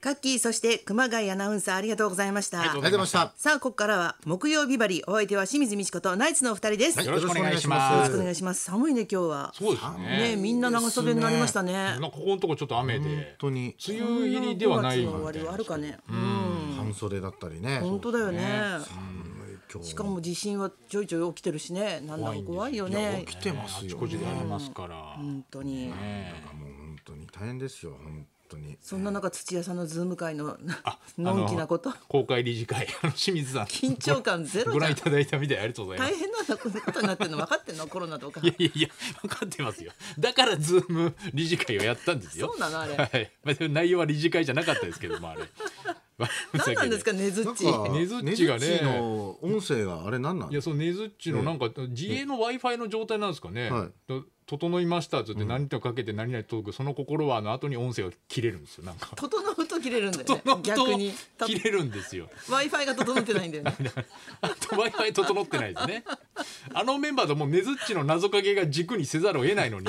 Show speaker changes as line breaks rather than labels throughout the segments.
カッキーそして熊谷アナウンサーありがとうございました
ありがとうございま
ありがとうございました。
さあここからは木曜日バリお相手は清水美智子とナイツのお二人です、
はい
よ
よろしくお願いします
ろしくお願いします寒いね今日は
そうです
ね
ね。
みんな長袖になりましたね
なんかここのとこちょっと雨で
本、当に
梅雨入りではないみ
こんな五月
た
の終わり
い
はあ
な
る。かねうん
半袖だったりね。
本当だよね
今日
しかも地震はちょいちょい起きてるしねなんだか怖いよ
いや
ね
起きて
あ
ます
ち
よ。
こちでありますから。
本当に
ね
もう本当に大変ですよ本当に。
そんな中土屋さんのズーム会のなのんきなこと
公開理事会、 あの清水さん。
緊張感ゼロ
ご
じゃ
覧
ん
いただいたみたい、ありがとうございます
大。変なんだこんなことになってるの分かってんのコロナとか
いやいやいや、分かってますよ。だからズーム理事会をやったんですよ。
そうなのあれ
はい。まあ、でも内容は理事会じゃなかったですけども、あれ。
何なんですかねず
な
っ
ん
ち
か
ねずっちがね
ねずっちの音声があれなんな ん
いや、そのねずっちのなんか、自営の Wi-Fi の状態なんですかね。
はい
と整いましたっつって何とかけて何々届く、その心はの後に音声が切れるんですよなんか
整うと切れるんだよね
整 う
逆に
と切れるんですよ
Wi-Fi が整ってないんだよね
あと w i f i 整ってないですねあのメンバーともうねずっちの謎かけが軸にせざるを得ないのに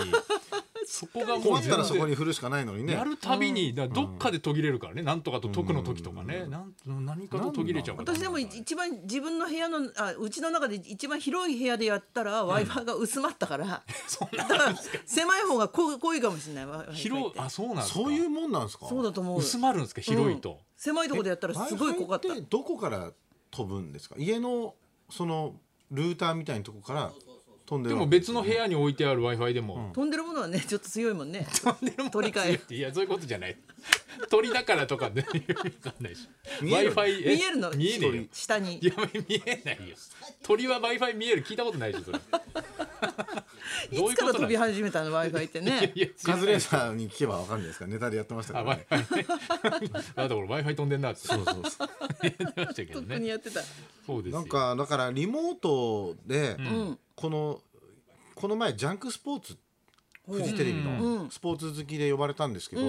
そこがも
困
う
ったらそこ
全
に振るしかないのに
然
ね
や。るたびにだからどっかで途切れるからね、なんとかと得の時とかね、なん何かと途切れちゃうから
私でもい一番自分の部屋のあうちの中で一番広い部屋でやったら Wi-Fi が薄まったから、
そんな
だから狭い方がこうこういうかもしれない Wi-Fi っ
広い
て
あ そうなんですか
そういうもんなんですか。
そうだと思う
薄まるんですか広いと、
うん狭いところでやったらすごい濃かった
っどこから飛ぶんですか。家のそのルーターみたいなとこから飛んで
で
る。
も別の部。屋に置いてある w i f i でも、
飛んでるものはねちょっと強いもんね取り替え
えいやそういうことじゃない鳥だからとかね意味わかんないし w
見え
i
る
f i
見えるの
見えねえよ
下に
いや見えないよ鳥は w i f i 見える聞いたことないでしょそれ
いつから飛び
なん
始めたの Wi-Fi って
いや
ね
いや
カズレーザーに聞けばわかるんですか。ネタでやってましたか
あ
ら
w
ね。
i f i ねあだ俺 w i f i 飛んでんなって
そうそうそう。
言ってましたけ
と
ど
っくに
ね
やってた
そうですよ
なんかだからリモートで、このこの前ジャンクスポーツフジテレビのスポーツ好きで呼ばれたんですけど、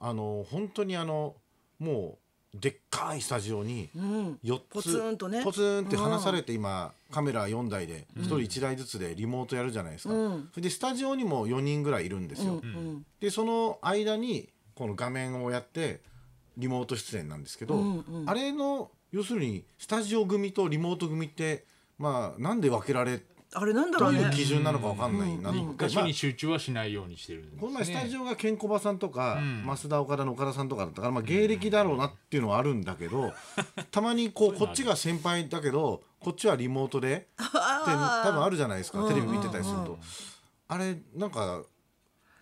あの本当にあのもうでっかいスタジオに4つ、
ポツンとね
ポツンって離されて今カメラ4台で1人1台ずつでリモートやるじゃないですか、それでスタジオにも4人ぐらいいるんですよ、でその間にこの画面をやってリモート出演なんですけど、あれの要するにスタジオ組とリモート組ってまあなんで分けられ
あれなんだろ
ど
う
う
ね
いう基準なのか分かんないなと思って、
一箇所
まあ
に集中はしないようにしてるんですね
この前スタジオがケンコバさんとか、増田岡田の岡田さんとかだったから、まあ、芸歴だろうなっていうのはあるんだ けどたまにこうこっちが先輩だけどこっちはリモートでって多分あるじゃないですかテレビ見てたりすると。あれなんか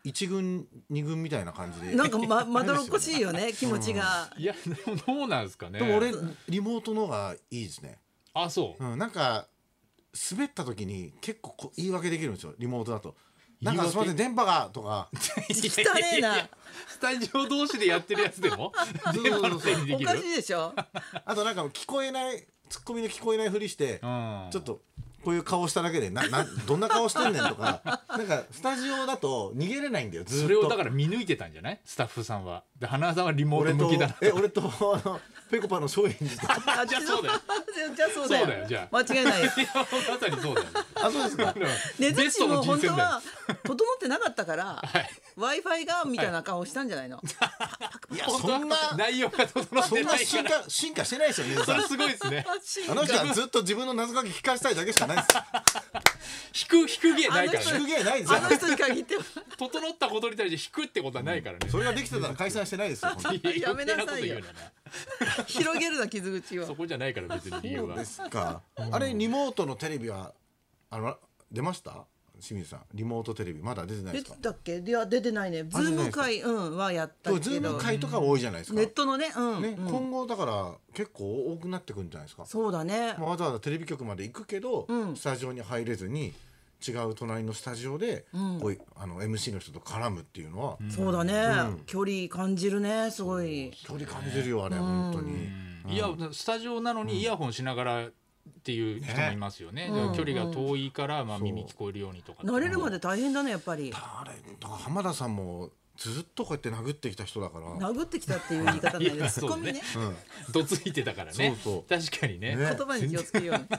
一軍二軍みたいな感じで。
なんか ままどろっこしいよね気持ちが
いやでもどうなんですかね
でも俺リモートの方がいいですね。
あそう
うん、なんか滑った時に結構こう言い訳できるんですよリモートだと。なんかすみません電波がとか。
汚ねえ
いやいやい
な
やスタジオ同士でやってるやつでも
そうそうそう
電波のせいにで
お
きる
かしいでし ょ
あとなんか聞こえないツッコミの聞こえないふりして、
ん
ちょっとこういう顔しただけでななどんな顔してんねんとか なんかスタジオだと逃げれないんだよず
そ
っ
れを
と
だから見抜いてたんじゃないスタッフさんはで花輪さんはリモー
俺
ト向
と
きだな
え俺とあのぺこぱの松陰寺と
あ
じゃあそうだよ
じゃあそうだよ
そうだよじゃあ
間違いないよ
いやまさにそうだよね
あそうです か
ねず
ベ
っ
ス
ち
ト
も
の人
本
選
当
だよ
は整ってなかったから
はい
w i f i がみたいな顔したんじゃないの
いやそんな
内容が整っ
そ
て
んな
ない
進
から
化進化してないです よね
それすごいですね
あの人はずっと自分の謎かけ聞かせたいだけしかない です
引く引く芸ないか
あ
ら
の
ね
すげえないですよ
あの人に限って は
整ったことに対して引くってことはないからね
それができてたら解散してないですよ 本当に
い
やめなさいよ
余計こと言うな
広げるな傷口を
そこじゃないから別に理由
そう
は
ですかあれリモートのテレビはあの出ました清水さんリモートテレビまだ出てないで
出
す
て
か
たっけいや出てないねズーム会うんはやった
そう
け
ズー
ど
ム会とか多いじゃないですか
ネットのねうん
ね、今後だから結構多くなってくるんじゃないですか、
そうだね
まあ、わざわざテレビ局まで行くけど、スタジオに入れずに違う隣のスタジオで、こういうあの MC の人と絡むっていうのは、
そうだね距離感じるねすごい
距離感じるよあれ、本当に、
いやスタジオなのにイヤホンしながらっていう人もいますよね距離が遠いからまあ耳聞こえるようにとか
慣れるまで大変だねやっぱり
あれだから浜田さんもずっとこうやって殴ってきた人だから
殴ってきたっていう言い 方ない
い
で
や
す。ツッコミね。
どついてたからね
そう
確かにね
ね
言葉に気をつけよう ね。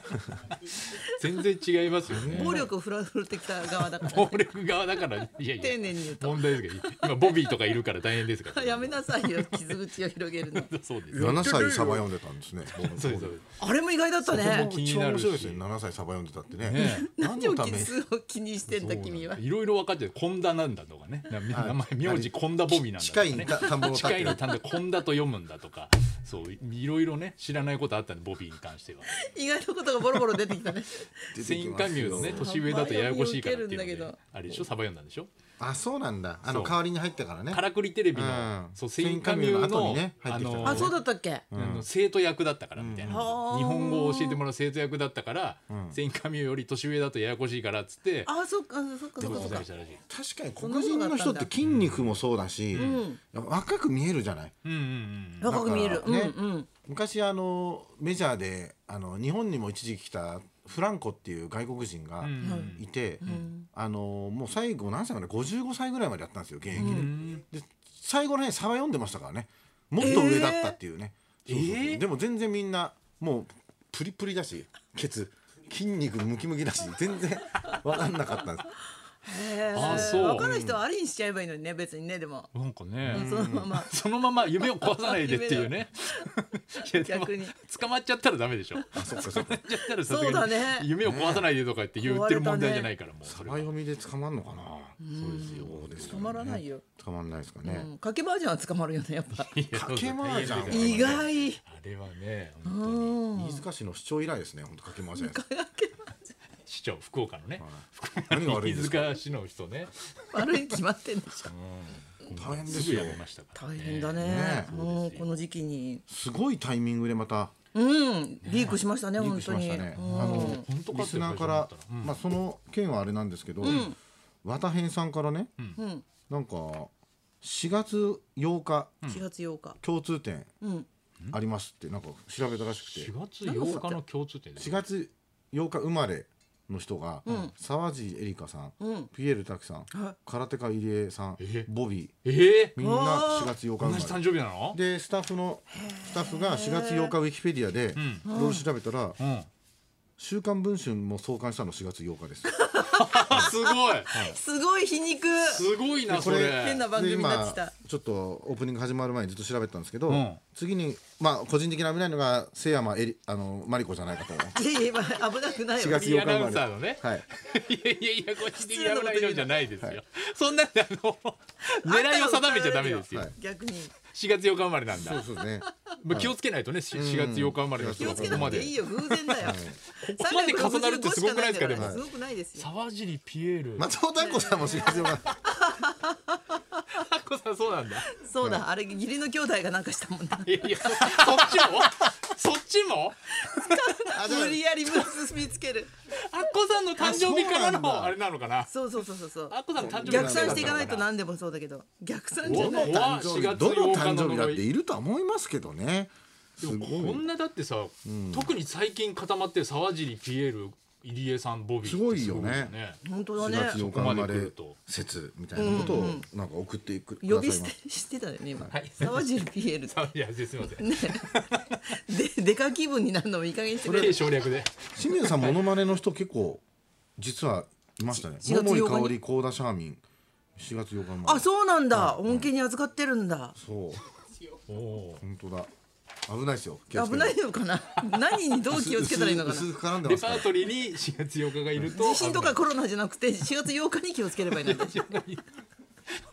全然違いますよね
暴力を振られてきた側だから。
暴力側だからいやい
丁
や
寧に言うと。
問題ですけど今ボビーとかいるから大変ですから
やめなさいよ傷口を広げるの。
そうですよ
7歳サバ読んでたんですね。
そうですそうです
あれも意外だったね。
気に
一
な
番
る
面
し
白いですね。7歳サバ読んでたってね。
ね
何
何
の
を
た
気
め
に
に
数を気にしてんだ君は。
いろいろ分かっちゃう混田なんだとか ねな名前名字混田ボビーなんだと
近
か
い
ね
にた田んぼの
近
田って
いに単で混田と読むんだとかそういろいろね知らないことあったんでボビーに関 しては
意外なことがボロボロ出てきたね。
出て
セイ
き
ン
ま
カ
す
ミュー
よ
のね年上だとややこしいからっていうの
名前を言うてるんだ
で
け
あれでしょサバ読んだんでしょ
あそうなんだ。あ
そ
の
う
代わりに入ったからね
カ。ラクリテレビの、
うん
そうセインカミューの
セインカミューの後にね入
あ
ってきた
の
あそうだったっけ。
あの生徒役だったからみたいな、
うん
日本語を教えてもらう生徒役だったから、セインカミューより年上だとややこしいからっつって
あそっかそっかそっ
お
かそっ
伝
か
えし。たらしい。
確かに黒人の人って筋肉もそうだし、若く見えるじゃない。
うんうんうん
若く見える
だ。か
うんう
らね
ん。
昔あのメジャーであの日本にも一時期来たフランコっていう外国人が
ん
いて、あのもう最後何歳まで55歳ぐらいまでやったんですよ現役で,、で最後の辺サバ読んでましたからねもっと上だったっていうね、
ー
そうそうそう
えー
でも全然みんなもうプリプリだしケツ筋肉ムキムキだし全然分かんなかったんです
へ
あ
え。
そう
分かる人はありにしちゃえばいいのにね別にねでも。
なんかね、
そのまま。
そのまま夢を壊さないでっていう ねいやでも
逆に
捕まっちゃったらダメでしょ
あそっかそっか
捕まっちゃったらさすがに
そうだね
夢を壊さないでとかって言ってる問題じゃないからもう
サ
それ
バ
は
読みで捕まんのかなそうですよですよ
捕
ね
まらないよ
捕まんないですか
う
ね、
ん。かけばあじゃんは捕まるよねやっぱ。
いや
かけ回しじゃん
大変だ
意
よ
外。
あれはね本当に
うん。
飯塚市の市長以来ですね本当かけ回しじゃないですか
市長福岡のね福岡
何が
の
悪いん
飯
ですか
塚市の人ね
悪いに決まってんでしょ。
大変ですす
ぐ
よ
やめましたから
大
ね
変だね。
ね
もうこの時期に。
すごいタイミングでまた
うん。リークしましたね
リー
本
クし
当
まし
に。
たね。あ
うん
の
本当か
リスナーから、まあその件はあれなんですけど、和田編さんからね、
うん。
なんか4月8日
4月8日。
共通点
うん。
ありますってなんか調べたらしくて、
4月8日の共通点で
4月8日生まれの人が、沢尻エリカさん、
うん
ピエール滝さん、
はい
空手家入江さん
え、
ボビ
え
ー、みんな4月8日
ー、同
生ま
じ
れ。
誕生日なの
でスタッフのスタッフが4月8日ウィキペディアでいろいろ調べたら
うん
「週刊文春」も創刊したの4月8 日です。
すごい
すごい皮肉。
すごいなそ
こ
れ
れ
変な番組になってきた
で今ちょっとオープニング始まる前にずっと調べたんですけど、
うん
次にまあ個人的に危ないのが瀬山えりあのマリコじゃないかと
いやいやまあ危なくない
4
よ
月。8日
アナウ
生
ンサーの
ま
ね
れ、はい、
いやいやいや、個人的に危ないのじゃないですよ。そんなんで、あの、狙いを定めちゃダメですよ。
はい
逆に
4月8日生まれなん
そう
だ。
そう ね
まあ、気をつけないとね、し4月8日生まれの人
気を
が
つ
こ
け
こ
な
ま
く
で
ていい。よ偶然だよ。
ここまで重なるってすごくないですか、で
365しないんだら
も
す。ごくないですよ。
沢尻ピエール。
松尾太子さんも4月8日
あこさん、そうなんだ。
そうだあれ義理の兄弟がなんかしたもんな。
いやいや、そそっちも。そっちも。
あじゃあ
無理やり結びつける。
あっこさんの誕生日から
あそうな
の、
んだ
あれなのかな。
そうそうそうそうそう。
あっこさんの誕生日から
逆算していかないと
な。
何でもそうだけど逆算じゃ
ど
な
の
い。
誕
うわ4
生
月8
日どの誕生日だっているとは思いますけどねすご
こ
い
んなだってさ、特に最近固まってる沢尻ピエール、入江さん、ボビーって。
すごいよね
本当
4
だ
月
ね。
8日生
そこま
ま
で来る
れ
と
説みたいなことをなんか送ってくく
呼
ださい
び
ま
捨
す、
てしてたよね今
はい。
沢尻ピエールって。
沢 いや、すみません。
でデカ気分になるのもいい加減にしてくれ
低い省略で。
清水さんモノマネの人結構実はいましたね
し4月
桃井
8日
か
に
おり幸田シャーミン4月8日生まれ
あそうなんだ恩恵に預かってるんだ
そう
おお。
本当だ危ないですよ気をつけ
危ないのかな何にどう気をつけたらいいのかな
薄薄く絡んでま
レ
す
パ
から
ートリーに4月8日がいると
地震とかコロナじゃなくて4月8日に気をつければいいのバカじ
危ないわ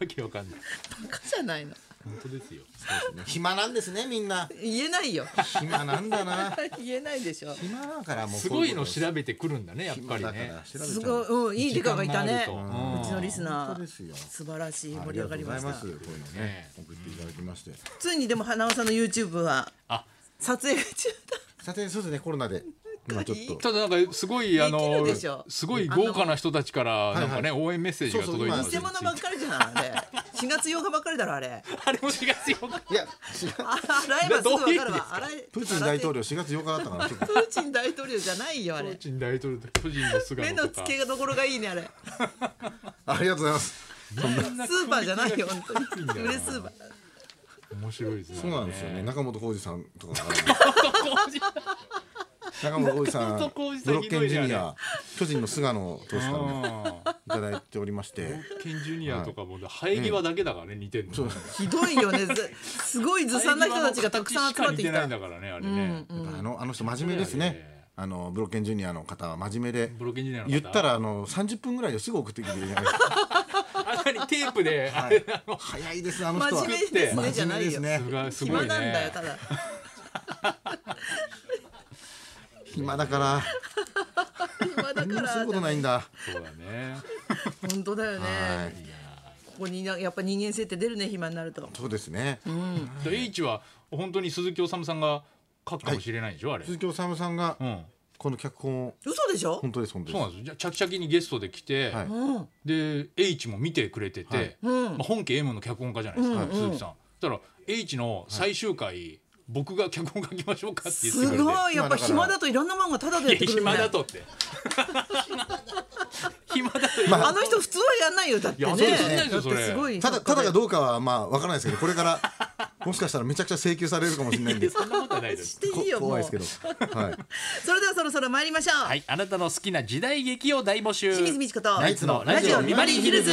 けわかんない
ゃないの
本当ですよ
暇なんですねみんな
言えないよ
暇なんだな
言えないでしょ
暇だからもう
す
こう
ご
う
い
こ
の
と
調べてくるんだねやっぱ
暇
り
だか
ね
ら調べちゃう
すごい、うん、いいデカがいたね
時間がある
う
と
ちのリスナ
本当で
ー
すよ
素晴らしい
あ
盛
り
り上
がと
が
う
り
ご
ま
ざい
した
ますこういうの
ね
ね送っていただきまして
ついにでも花尾さんの YouTube は
あ
撮影中だ
さてそうですねコロナで今ちょっと
ただなんかすごいあ
でき
の
るでしょ
すごい豪華な人たちからなんかね応援メッセージが届いてます
そうそ
偽
う
物ばっかりじゃんあれ4月8日ばっかりだろあれ
あれも4月8日
いや違う
あ洗えばすぐ分かるわ洗え
プーチン大統領4月8日だったから結構
プーチン大統領じゃないよあ
プ
れ
ーチン大統領と巨人の
目
姿
の
と
付
か
けどころがいいねあれ
ありがとうございます
スーパーじゃないよ本当
い
に
んだよ
売
な
れスーパー
面白いですね
そうなんですよね。中本浩二さんとかが。中本浩二さん、
中本
ブ
浩二さん
ロッケンジ
ひどい
ュニ
ね
ア、巨人の菅野投手からも
あ
いただいておりまして、
ーケンジュニアとかも生え際だけだからね似てるの
そう
ひどいよねずすごいずさんな人たちがたくさん集まってき
生え際の形しか似てない
た
んだからねあれね
やっぱあのあの人真面目です
そうだよね
ね。あのブロッケンジュニアの方は真面目で
ブ、ロッケンジュニアの方
言ったらあの30分ぐらいですぐ送ってきてるじゃないですか。
あなにテープであれなの
早いですねあの人は
真。面目ですねじゃ
真面
な
目で
い
す
よ
ね。
すご
暇
い
な
ね
んだよただ
暇だから
暇だ
何
か
もす
ら
ることないんだ。
そうだね
本当だよね
はい。
ここになやっぱ人間性って出るね暇になると
そうですね。
で H は本当に鈴木おさむさんが書くかもしれないでしょあれ
鈴木おさむさんが
うん
この脚本を
嘘でしょ
本当です本当
そう
で
なんですよじゃあチャキチャキにゲストで来て、
はい
うん
で H も見てくれてて、
はい
うん
まあ、本家 M の脚本家じゃないですか、鈴木さんそしたら H の最終回、僕が脚本書きましょうかって言ってくれ
す
て
ごいやっぱ
今だから
暇だといろんなもんがタダでやっ
い
て
や
くるね
暇だとって 暇だと、
あの人普通はやんないよだってね
いやそうですね
だって
それ
すごい
す。ただただがどうかはまあわからないですけどこ れからもしかしたらめちゃくちゃ請求されるかもしれないん
いや
で。
そんなことはないです
していいよも
こ
う
怖いですけど。はい。
それではそろそろ参りましょう、
はいあなたの好きな時代劇を大募集
清水美智子と
ナイツの
ラジオビバリーヒルズ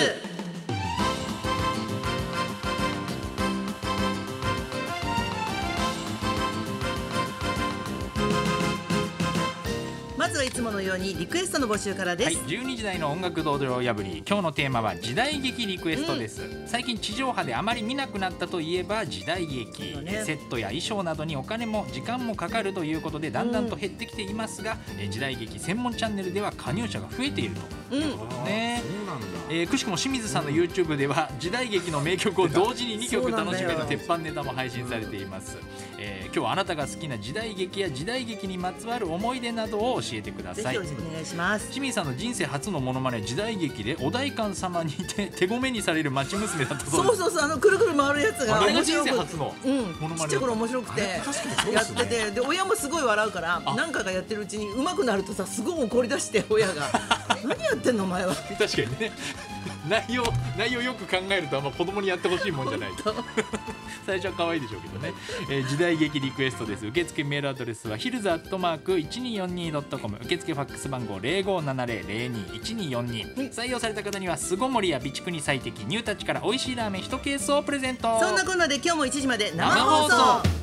まずはいつものようにリクエストの募集からです、
はい、12時台の音楽道場破り今日のテーマは時代劇リクエストです、最近地上波であまり見なくなったといえば時代劇、
そうね
セットや衣装などにお金も時間もかかるということでだんだんと減ってきていますが、えー時代劇専門チャンネルでは加入者が増えているということですね、
そうなんだ。
えーくしくも清水さんの YouTube では時代劇の名曲を同時に2曲楽し める鉄板ネタも配信されています、えー今日はあなたが好きな時代劇や時代劇にまつわる思い出などを教えてくだ
ぜ
さ
ひ
い
お願いします
清水さんの人生初のモノマネ時代劇でお代官様にて手ごめにされる町娘だったそう
そ
で
う
す
そうそうあのくるくる回るやつが
あれが
面白く
人生初の
うん
モノマネ
ちっちゃい頃面白くてやっててで親もすごい笑うから何回かやってるうちにうまくなるとさすごい怒り出して親 が何やってんのお前は
確かにね内容内容よく考えるとあんま子供にやってほしいもんじゃない
最初は可愛いでしょうけど ね、えー時代劇リクエストです受付メールアドレスはヒルズアットマーク 1242.com 受付ファックス番号0570021242採用された方には巣ごもりや備蓄に最適ニュータッチから美味しいラーメン1ケースをプレゼント
そんなこんなで今日も1時まで生
生
放
放
送
送